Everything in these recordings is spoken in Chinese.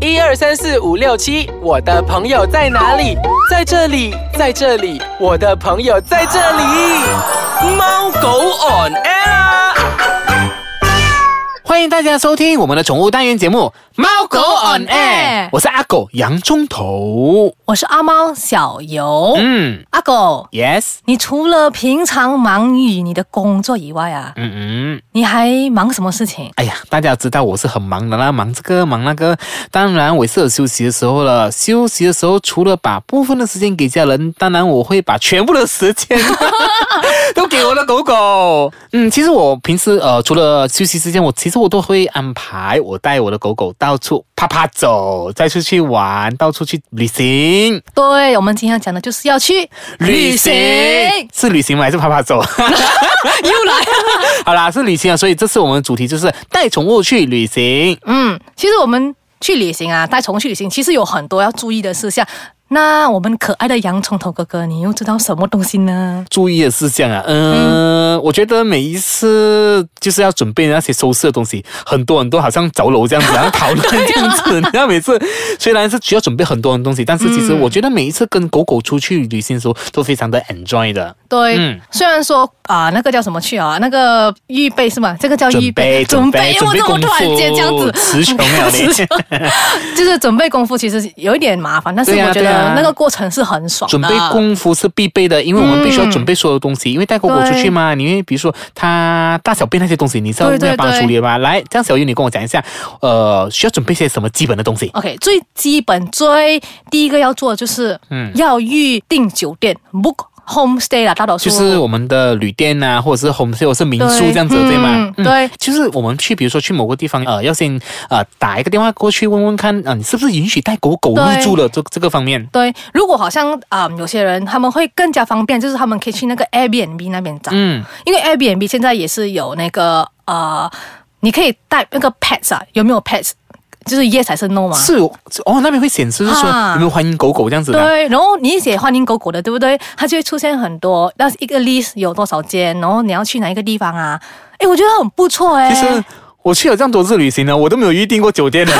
一二三四五六七，我的朋友在哪里？在这里，在这里，我的朋友在这里。猫狗 on air 啊。欢迎大家收听我们的宠物单元节目《猫狗 on air》，我是阿狗杨中头。我是阿猫小游。嗯阿狗， ，yes，你除了平常忙于你的工作以外啊，嗯嗯。你还忙什么事情？哎呀，大家知道我是很忙的啦，忙这个忙那个。当然，我也是有休息的时候了。休息的时候，除了把部分的时间给家人，当然我会把全部的时间 都给我的狗狗。嗯，其实我平时呃，除了休息时间，我其实我都会安排我带我的狗狗到处啪啪走，再出去玩，到处去旅行。对我们今天讲的就是要去是旅行吗？还是啪啪走？ 又来了。 好啦，是旅行啊。所以这次我们的主题就是带宠物去旅行。嗯，其实我们去旅行啊，带宠物去旅行，其实有很多要注意的事项。那我们可爱的洋葱头哥哥，你又知道什么东西呢？注意的事项啊，嗯，我觉得每一次就是要准备那些收拾的东西，很多人都好像着楼这样子，然后讨论这样子。 然后每次虽然是需要准备很多的东西，但是其实嗯我觉得每一次跟狗狗出去旅行的时候都非常的 enjoy 的。对，嗯虽然说啊、那个叫什么去啊，那个预备是吗？这个叫准预备，准备，准我备怎么功夫突然间这样子？词穷了词你穷。 就是准备功夫其实有一点麻烦，但是对呀我觉对呀得那个过程是很爽啊的。准备功夫是必备的，因为我们必须要准备所有东西，因为带狗狗出去嘛，你因为比如说它大小便那些东西，你是要对对要帮它处理的嘛。来，这样小优，你跟我讲一下，呃，需要准备些什么基本的东西？ OK，最基本最第一个要做的就是，嗯，要预定酒店、book homestay 啦，大多数就是我们的旅店啊，或者是 home stay 或者是民宿对这样子，对吗？嗯对就是我们去，比如说去某个地方，呃，要先呃打一个电话过去问问看，啊、你是不是允许带狗狗入住的这这个方面？对，如果好像啊、有些人他们会更加方便，就是他们可以去那个 Airbnb 那边找，嗯，因为 Airbnb 现在也是有那个呃，你可以带那个 pets 啊，有没有 pets？就是 yes 还是 no 嘛？是有哦，那边会显示是说啊有没有欢迎狗狗这样子的。对，然后你写欢迎狗狗的，对不对？它就会出现很多，那一个 list 有多少间，然后你要去哪一个地方啊？哎，我觉得很不错哎、其实 我去了这样多次旅行呢，我都没有预定过酒店的。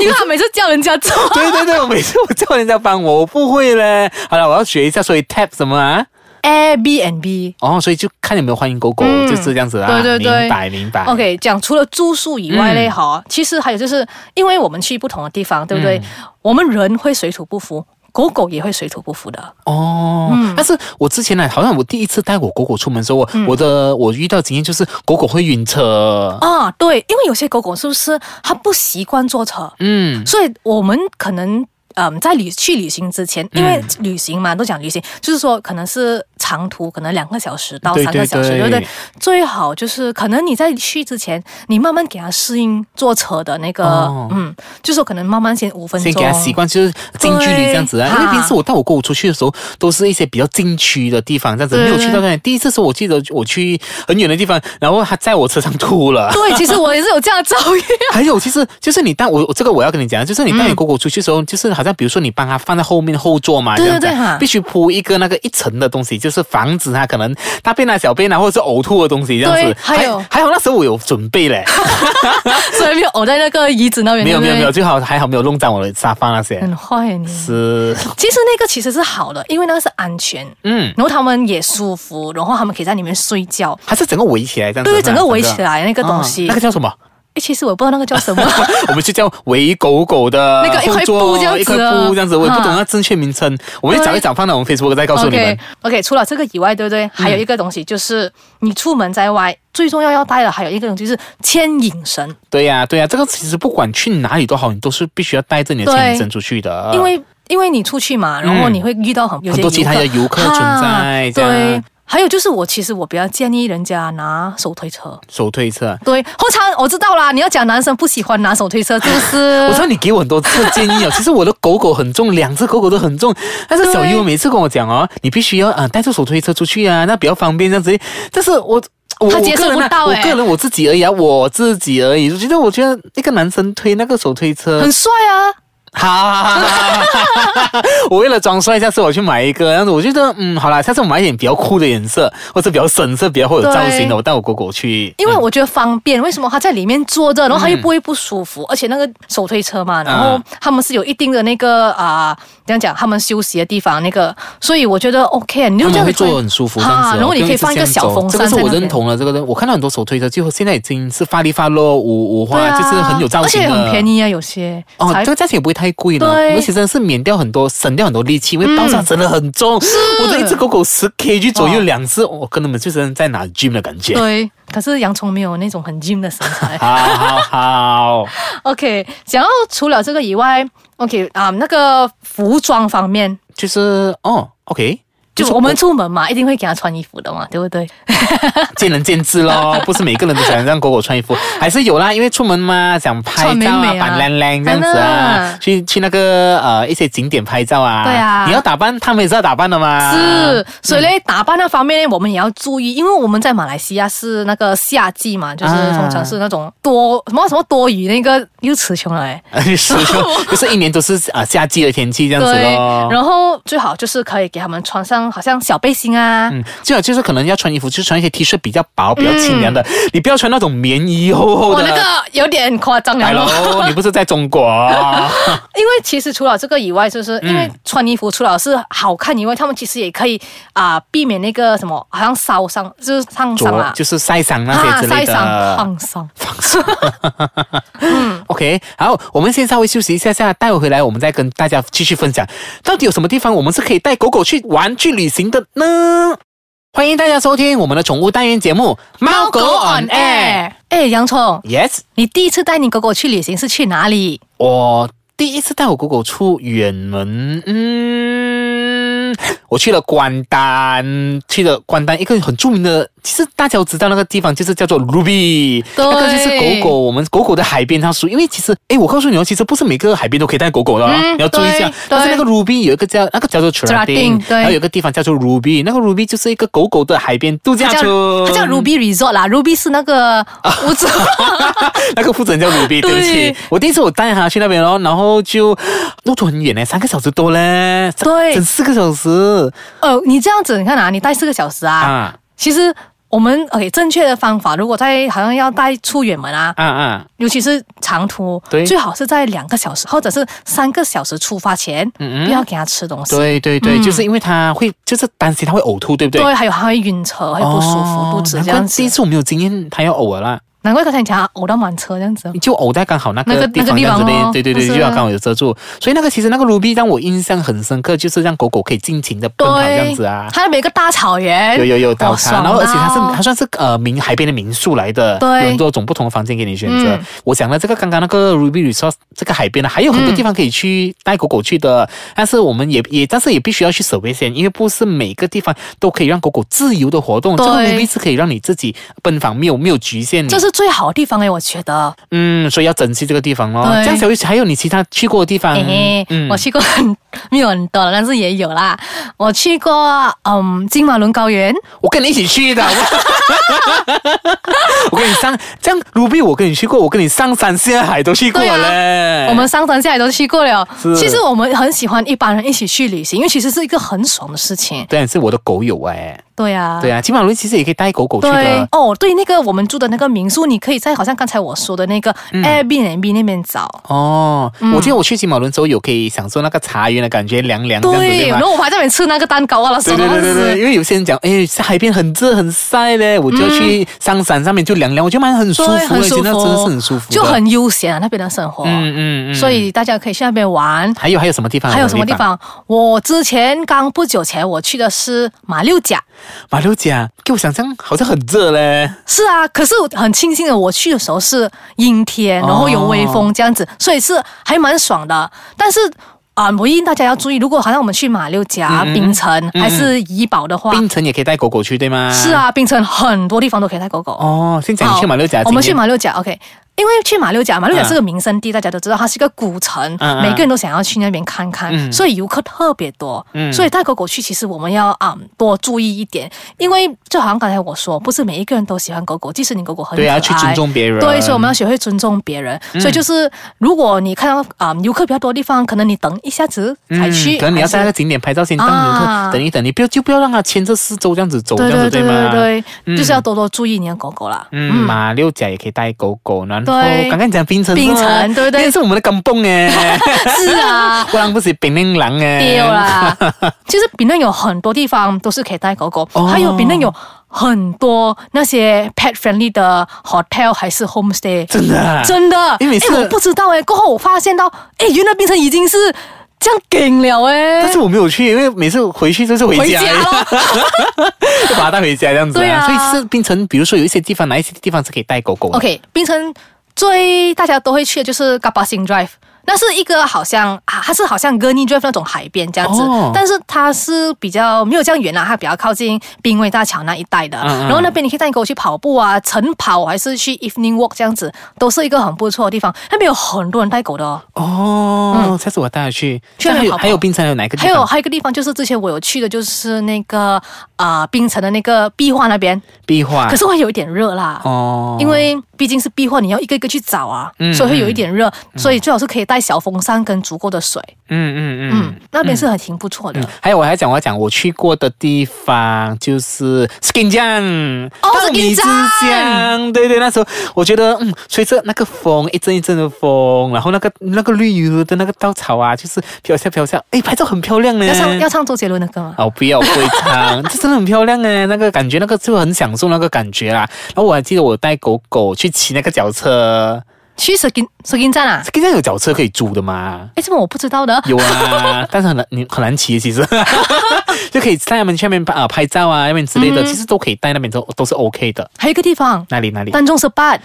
因为他每次叫人家做。对对对，我每次我叫人家帮我，我不会嘞。好了，我要学一下，所以 tap 什么啊？ Airbnb。哦，所以就看有没有欢迎狗狗，嗯就是这样子啊。对对对明白明白。 OK，讲除了住宿以外嘞，哎嗯哈、其实还有就是，因为我们去不同的地方，对嗯不对？我们人会水土不服，狗狗也会水土不服的。哦，嗯但是我之前呢，好像我第一次带我狗狗出门的时候，我、我的我遇到经验就是狗狗会晕车。啊，对，因为有些狗狗是不是它不习惯坐车，嗯，所以我们可能。嗯，在旅去旅行之前，因为嗯旅行嘛，都讲旅行，就是说可能是长途，可能两个小时到对三个对小时，对对不对？最好就是可能你在去之前，你慢慢给它适应坐车的那个，哦嗯，就是说可能慢慢先五分钟，先给它习惯，就是近距离这样子啊。对因为平时我带我狗狗出去的时候，都是一些比较禁区的地方，这样子对没有去到那里。第一次时候，我记得我去很远的地方，然后它在我车上吐了。 对，其实我也是有这样的遭遇。还有，其实就是你带我，我这个我要跟你讲，就是你带你狗狗出去的时候，就是好像比如说你帮它放在后面后座嘛，对这样子啊对对哈必须铺一个那个一层的东西，就是防止它可能大便啊、小便啊，或者是呕吐的东西这样子对。还有还好那时候我有准备 嘞，所以没有呕在那个椅子那边，没有对不没对有没有，，最好还好没有弄脏我的沙发那 些。很坏耶你。是，其实那个其实是好的，因为那个是安全，嗯，然后他们也舒服，然后他们可以在里面睡觉。还是整个围起来这样子。对，整个围起来那个的东西，啊那个叫什么？ 诶其实我不知道那个叫什么，我们就叫围狗狗的 那个一块后座布这样子一块布这样子，我也不懂啊那正确名称，我们去找一找，放到我们 Facebook 再告诉你们 OK。OK，除了这个以外，对不对？还有一个东西就是你出门在外最重要要带的，还有一个东西就是牵引绳，对呀、对呀、这个其实不管去哪里都好，你都是必须要带着你的对牵引绳出去的，因为因为你出去嘛，然后嗯你会遇到很有啊很些多其他的游客存在啊这样对，还有就是我其实我比较建议人家拿手推车。手推车。对，后场我知道啦，你要讲男生不喜欢拿手推车，是不是？ 我知道你给我很多次建议哦，其实我的狗狗很重，两只狗狗都很重，但是小对优每次跟我讲哦，你必须要啊、呃带着手推车出去啊，那比较方便这样子。但是我我他接受我个人啊不到我欸个人我自己而已啊，我自己而已。我觉得我觉得一个男生推那个手推车很帅啊，哈，我为了装帅，下次我去买一个，这样子我觉得，嗯，好啦，下次我买一点比较酷的颜色，或者比较深色、比较会有造型的，对我带我狗狗去。因为我觉得方便，为什么他在里面坐着，然后他又不会不舒嗯服，而且那个手推车嘛，然后他们是有一定的那个啊，这样讲，他们休息的地方那个，所以我觉得 OK，你啊他就这们样会子坐得推很舒服，这啊样子哦、然后你可以不用直放一个这样小走风这个扇是在我那认边同了。这个我看到很多手推车，就现在已经是发力发落五五花，对啊，就是很有造型的，而且很便宜啊，有些哦，才这个价钱也不会太贵呢，对而且真的是免掉很多，省掉很多力气，因为包上真的很重。我这一只狗狗十 kg 左右，嗯哇两只，我跟他们就真的在拿 gym 的感觉。对，可是洋葱没有那种很 gym 的身 材。好好好， OK，然后除了这个以外，OK 啊、那个服装方面，就是哦，OK，就是我们出门嘛，一定会给他穿衣服的嘛，对不对？见仁见智 咯，不是每个人都想让狗狗穿衣服，还是有啦，因为出门嘛，想拍穿美照啊，美啊板靓靓这样子真啊的，去去那个呃一些景点拍照啊，对啊你要打扮，他们也是要打扮的嘛，是，所以呢，打扮那方面呢，我们也要注意，因为我们在马来西亚是那个夏季嘛，就是啊通常是那种多什么什么多雨，那个又词穷了哎。 是， 就就是一年都是啊夏季的天气这样子对咯，。然后最好就是可以给他们穿上好像小背心啊，嗯，最好就是可能要穿衣服，就穿一些 T 恤比较薄、比较清凉的，你不要穿那种棉衣厚厚嗯我的。那个有点夸张了海咯。喽，你不是在中国？啊 因为其实除了这个以外，就是因嗯为穿衣服除了是好看以外，他们其实也可以啊、避免那个什么，好像烧伤，就是烫伤着啦，就是晒伤那啊些之类晒的。伤、烫伤。 嗯 OK，好，我们先稍微休息一下下，待会回来我们再跟大家继续分享，到底有什么地方我们是可以带狗狗去玩、去旅行的呢？欢迎大家收听我们的宠物单元节目《猫狗 on air》。哎，洋葱， Yes，你第一次带你狗狗去旅行是去哪里？我第一次带我狗狗出远门，嗯，我去了关丹，去了关丹一个很著名的，其实大家都知道那个地方就是叫做 Ruby，对那个就是狗狗，我们狗狗的海边它属于，因为其实，诶，我告诉你哦，其实不是每个海边都可以带狗狗的、啊，嗯你要注意一下对。但是那个 Ruby 有一个叫那个叫做 Cheratin， Cheratin，对然后有一个地方叫做 Ruby，那个 Ruby 就是一个狗狗的海边度假它村，叫它叫 Ruby Resort 啦，Ruby 是那个啊 屋子。那个负责人叫鲁比，对不起对，我第一次我带他去那边哦，然后就路途很远呢，三个小时多嘞，三对整四个小时哦，你这样子，你看啊，你带四个小时啊，啊其实我们 OK 正确的方法，如果在好像要带出远门啊，啊啊，尤其是长途，对最好是在两个小时或者是三个小时出发前，不要给它吃东西。嗯对对对，就是因为他会就是担心他会呕吐，对不对？嗯对，还有它会晕车，会不舒服，肚子难这怪样子第一。次我没有经验，他要呕了啦，难怪刚才你讲它呕到满车这样子。就呕在刚好那那个个地那方这个地样方子哦的，对对对，是啊就要刚好有遮住。所以那个其实那个鲁比让我印象很深刻，就是让狗狗可以尽情的奔跑这样子啊。它那边有一个大草原，有有有哇早茶，哎爽然后而且它是到它算是呃民海边的民宿来的，对有很多种不同的房间给你选择。嗯我讲了这个刚刚那个 Ruby Resort 这个海边呢，还有很多地方可以去带狗狗去的，嗯但是我们也也但是也必须要去守卫先，因为不是每个地方都可以让狗狗自由的活动，这对个 Ruby 是可以让你自己奔访，没有没有局限你，这是最好的地方哎，我觉得。嗯，所以要珍惜这个地方咯。对这样小玉还有你其他去过的地方，诶、嗯我去过很 没有很多了，但是也有啦。我去过嗯金马伦高原，我跟你一起去的。我跟你 上这样，卢比，我跟你去过，我跟你上山下海都去过对啊嘞。我们上山下来都去过了哎是。其实我们很喜欢一般人一起去旅行，因为其实是一个很爽的事情。对啊，是我的狗友哎、对啊，对啊，金马伦其实也可以带狗狗去对的。哦，对，那个我们住的那个民宿，你可以在好像刚才我说的那个嗯 Airbnb 那边找。哦，嗯我记得我去金马伦之后有可以享受那个茶园的感觉，凉凉这样子对，对然吗？后我还在那边吃那个蛋糕啊，那时对候对对对对，是因为有些人讲，哎，海边很热很晒嘞，我就要去上山上面就凉凉，我觉得蛮很舒服嗯对，的，很舒觉得真的是很舒服服，的，就很悠闲啊，那边的生活。嗯嗯嗯。所以大家可以去那边玩。还有还有什么地方？还有什么地？方？我之前刚不久前我去的是马六甲，马六甲，给我想象好像很热嘞。是啊，可是我很庆幸的，我去的时候是阴天，哦然后有微风这样子，所以是还蛮爽的。但是啊，唯一大家要注意，如果好像我们去马六嗯甲、槟城、还是怡保的话，槟城也可以带狗狗去，对吗？啊是。啊，槟城很多地方都可以带狗狗。哦，先讲你去马六甲，好我们去马六甲，OK。因为去马六甲，马六嗯甲是个名胜地，大家都知道，它是一个古城，嗯嗯每个人都想要去那边看看，嗯所以游客特别多。嗯所以带狗狗去，其实我们要啊、多注意一点，因为就好像刚才我说，不是每一个人都喜欢狗狗，即使你狗狗很可爱，对啊，去尊重别人。嗯对，所以我们要学会尊重别人。所以就是，如果你看到啊、游客比较多的地方，可能你等一下子才去，嗯、可能你要在那个还是景点拍照，先当游客、啊等一等，你不要就不要让它牵着四周这样子走，对这样对子对吗？对对，嗯就是要多多注意你的狗狗啦。嗯，马六甲也可以带狗狗，然后对刚刚你讲槟城，槟城对不对那是我们的港蹦 哎，是 啊，不然不是槟榔狼哎，丢啦。其实槟榔有很多地方都是可以带狗狗，哦还有槟榔有很多那些 pet friendly 的 hotel 还是 homestay，真的啊真的。因为诶是我不知道哎，过后我发现到，哎，原来槟城已经是这样顶了哎。但是我没有去，因为每次回去就是回回家，家咯 就把它带回家这样子、对啊所以是槟城，比如说有一些地方，哪一些地方是可以带狗狗的 OK，槟城最大家都会去的就是 g a b a s i n Drive，那是一个好像啊，它是好像 Gurney Drive 那种海边这样子，哦但是它是比较没有这样远啦、啊它比较靠近滨威大桥那一带的。嗯嗯然后那边你可以带狗去跑步啊、晨跑，还是去 Evening Walk 这样子，都是一个很不错的地方。那边有很多人带狗的哦。哦、下次我带它去。嗯去那还边有跑步还有槟城还有哪个地还方？有还有一个地方就是之前我有去的，就是那个啊槟、城的那个壁画那边，壁画，可是会有一点热啦。哦，因为毕竟是壁画，你要一个一个去找啊，嗯所以会有一点热，所以最好是可以带小风扇跟足够的水。嗯嗯。嗯嗯，那边是很挺不错的。还有我还讲，我要讲我去过的地方就是 Skin 酱，哦稻 Skin 米之乡，对对，那时候我觉得，嗯，吹着那个风，一阵一阵的风，然后那个那个绿油的那个稻草啊，就是飘下飘下，哎，拍照很漂亮呢。要唱要唱周杰伦的歌吗？哦，不要，我不会唱，这真的很漂亮哎，那个感觉，那个就很享受那个感觉啦。然后我还记得我带狗狗去骑那个脚车去 skin skin 站啊？ ，Skin 酱有脚车可以租的吗？哎，这么我不知道的。有 啊，但是很难，你很难骑，其实 就可以在他们去那边拍啊、拍照啊，那边之类嗯的，其实都可以带那边都都是 OK 的。还有一个地方，哪里哪里？丹中十八，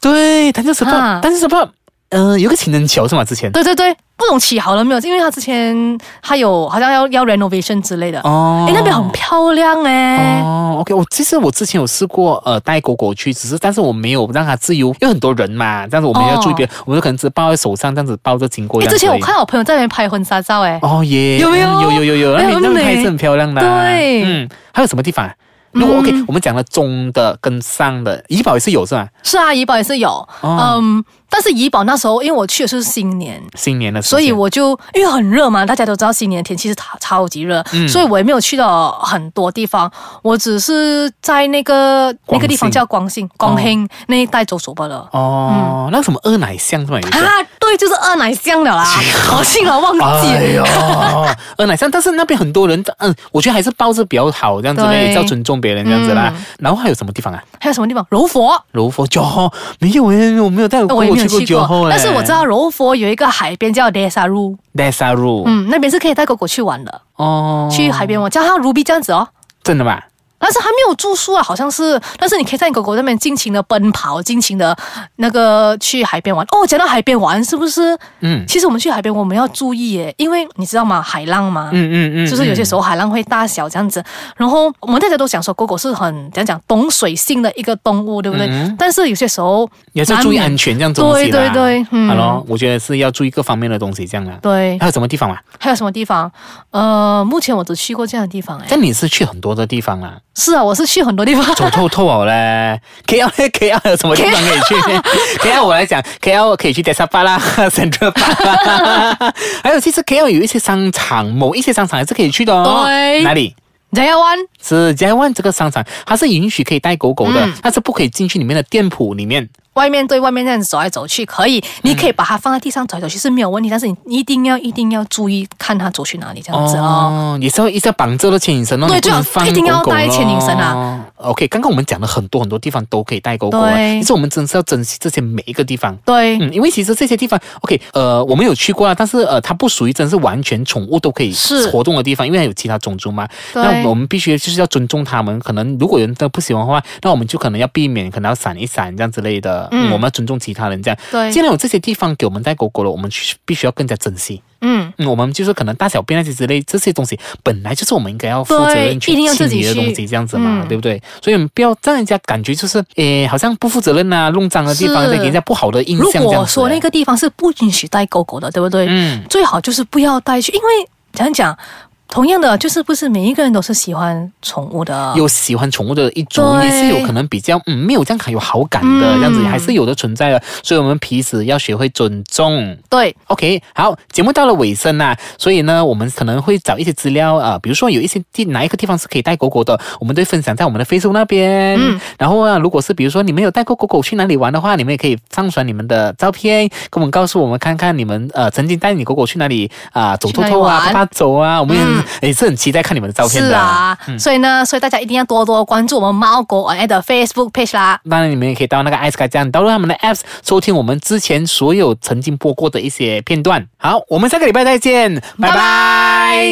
对，但是什么啊？但是什么？嗯、有个情人桥是吗？之前对对对，不懂起好了没有？因为他之前他有好像要要 renovation 之类的。哎、哦，那边很漂亮哎、哦，OK，我其实我之前有试过，呃，带狗狗去，只是但是我没有让它自由，因为很多人嘛，这样子我们哦要注意别人，我们就可能只抱在手上，这样子抱着经过这哎、样之子前而我已。看到我朋友在那边拍婚纱照哎、哦耶，有没有嗯有有有有，哎那边很那边美拍是很漂亮的。对嗯嗯，还有什么地方啊？如果 OK，我们讲了中的跟上的，怡保也是有是吧？是啊，怡保也是有，哦嗯，但是怡保那时候因为我去的是新年，新年的时间，所以我就因为很热嘛，大家都知道新年的天气是超超级热，嗯所以我也没有去到很多地方，我只是在那个那个地方叫光兴、光兴、那一带走走罢了。哦，嗯那什么二奶巷是吧？有一个啊，对，就是二奶 乡了啦，我竟然忘记哎了。 呦，二奶巷，但是那边很多人，嗯，我觉得还是抱着比较好，这样子呢，对嗯也是要尊重别人这样子啦。然后还有什么地方啊？还有什么地方？柔佛。柔佛九号没有诶，我没有带呃过我也没有去去九号哎过，诶。但是我知道柔佛有一个海边叫 Desa Ru，带沙入嗯，那边是可以带狗狗去玩的，哦，去海边玩，叫它 Ruby 这样子哦。真的吧？但是还没有住宿啊，好像是，但是你可以在你狗狗那边尽情的奔跑，尽情的那个去海边玩。哦，讲到海边玩，是不是？嗯其实我们去海边，我们要注意耶，因为你知道吗？海浪嘛，嗯嗯嗯，就是有些嗯时候海浪会大小这样子。然后我们大家都想说，狗狗是很讲讲懂水性的一个动物，对不对？但是有些时候嗯也是要注意难免安全这样东西啦。对对对嗯好咯，我觉得是要注意各方面的东西这样啦。对还，有什么地方啊？还有什么地方？呃，目前我只去过这样的地方，哎，但你是去很多的地方啦，是啊，我是去很多地方。 走透透好嘞。K L K L 有什么地方可以去 ？K L 我来讲，K L 可以去 d e s a 巴啦 ，Central 巴。 还有其实 K L 有一些商场，某一些商场还是可以去的哦。对哪里？人家湾是 j a n 这个商场，它是允许可以带狗狗嗯的，但是不可以进去里面的店铺里面。外面对外面这样子走来走去可以，嗯你可以把它放在地上走来走去是没有问题，但是你一定要一定要注意看它走去哪里这样子哦。哦，也是要一直要绑着了牵引绳哦，对你不能就要放一定要带狗狗咯牵引绳啊。 OK，刚刚我们讲了很多很多地方都可以带狗狗啊，对其实我们真是要珍惜这些每一个地方。对，嗯，因为其实这些地方，OK，呃，我们有去过啊，但是呃，它不属于真是完全宠物都可以是活动的地方，因为它有其他种族嘛。对那我们必须就是要尊重他们。可能如果有人真的不喜欢的话，那我们就可能要避免，可能要闪一闪这样之类的。嗯我们要尊重其他人这样。对既然有这些地方给我们带狗狗了，我们去必须要更加珍惜。嗯，嗯，我们就是可能大小便那些之类这些东西，本来就是我们应该要负责任对去一定要清自己理的去东西，这样子嘛，嗯对不对？所以我们不要让人家感觉就是，诶，好像不负责任呐、弄脏的地方，是再给人家不好的印如象这样果子。说那，个地方是不允许带狗狗的，对不对？嗯，最好就是不要带去，因为怎样讲，同样的就是不是每一个人都是喜欢宠物的，有喜欢宠物的一族，啊对也是有可能比较嗯没有这样很有好感的、嗯这样子，还是有的存在的。所以我们彼此要学会尊重。对， OK，好，节目到了尾声啦、所以呢，我们可能会找一些资料啊、呃比如说有一些地哪一个地方是可以带狗狗的，我们都会分享在我们的 Facebook 那边。嗯，然后啊，如果是比如说你们有带过狗狗去哪里玩的话，你们也可以上传你们的照片，跟我们告诉我们看看你们呃曾经带你狗狗去哪里啊、走透透啊，去哪爬里爬玩走啊，我们也、嗯也是很期待看你们的照片是的。嗯啊，所以呢，所以大家一定要多多关注我们猫狗 on air 的 Facebook page 啦。当然，你们也可以到那个 i c e 这样，导入他们的 Apps，收听我们之前所有曾经播过的一些片段。好，我们下个礼拜再见，拜拜。拜